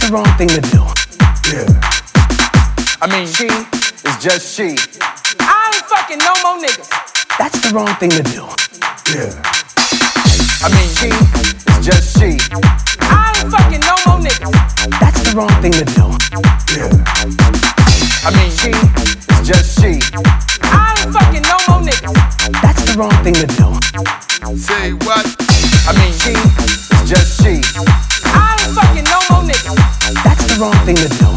the wrong thing to do. Yeah. I mean, she is just she. I ain't fucking no more niggas. That's the wrong thing to do. Yeah. I mean, she is just she. I ain't fucking no more niggas. That's the wrong thing to do. Yeah. I mean, she is just she. I ain't fucking no more niggas. That's the wrong thing to do. Say what? I mean, she is just she. I ain't fucking no more niggas. That's the wrong thing to do.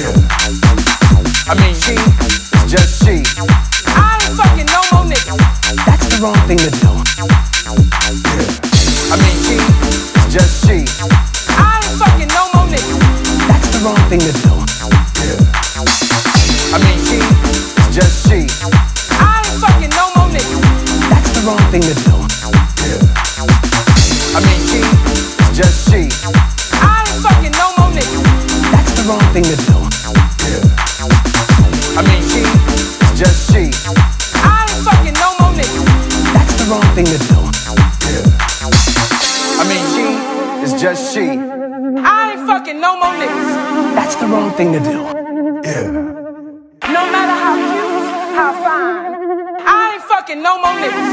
Yeah. I mean, she is just she. I ain't fucking no more niggas. That's the wrong thing to do. I mean, she is just she. I ain't fucking no more niggas. That's the wrong thing to do. I mean, she is just she. I ain't fucking no more niggas. That's the wrong thing to do. I mean, she is just she. I ain't fucking no more niggas. That's the wrong thing to do. I mean, she is just she. I ain't fucking no more niggas. That's the wrong thing to do. I mean, she is just she. I ain't fucking no more niggas. That's the wrong thing to do. No matter how cute, how fine. I ain't fucking no more niggas.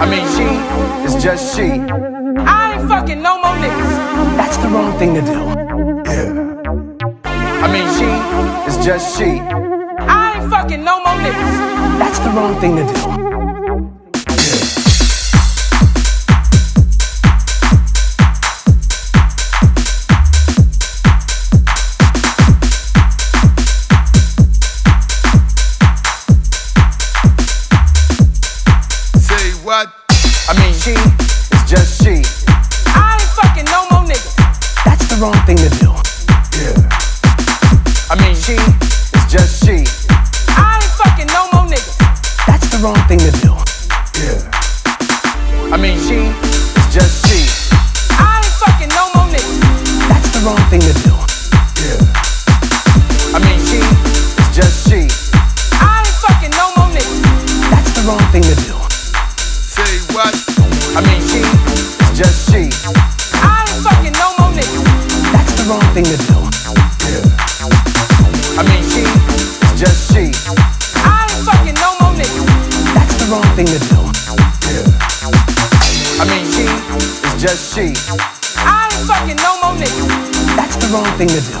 I mean, she is just she. I ain't fucking no more niggas. That's the wrong thing to do. I mean, she is just she. I ain't fucking no more niggas. That's the wrong thing to do. Say what? I mean, she is just she. I ain't fucking no more niggas. That's the wrong thing to do. I mean, she is just she. I ain't fucking no more niggas. That's the wrong thing to do. I mean, she is just she. I ain't fucking no more niggas. That's the wrong thing to do. I mean, she is just she. I ain't fucking no more niggas. That's the wrong thing to do. Say what? I mean, she is just she. I ain't fucking no more niggas. That's the wrong thing to do. I mean, she is just she. I ain't fucking no more niggas. That's the wrong thing to do. I mean, she is just she. I ain't fucking no more niggas. That's the wrong thing to do.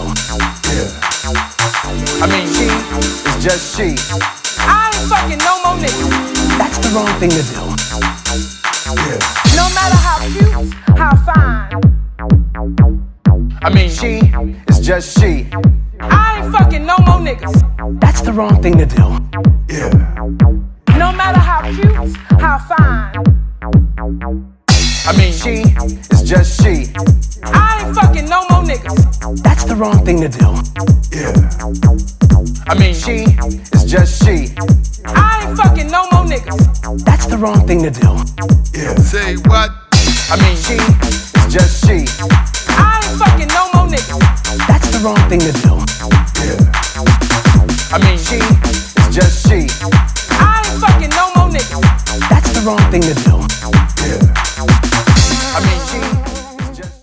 I mean, she is just she. I ain't fucking no more niggas. That's the wrong thing to do. No matter how cute, how fine. I mean, she is just she. I ain't fucking no more niggas. That's the wrong thing to do. No matter how cute, how fine. I mean, she is just she. I ain't fucking no more niggas. That's the wrong thing to do. I mean, she is just she. I ain't fucking no more niggas. That's the wrong thing to do. Say what? I mean, she is just she. I ain't fucking no more niggas. That's the wrong thing to do. I mean, she is just she. I ain't fucking no more niggas. That's the wrong thing to do.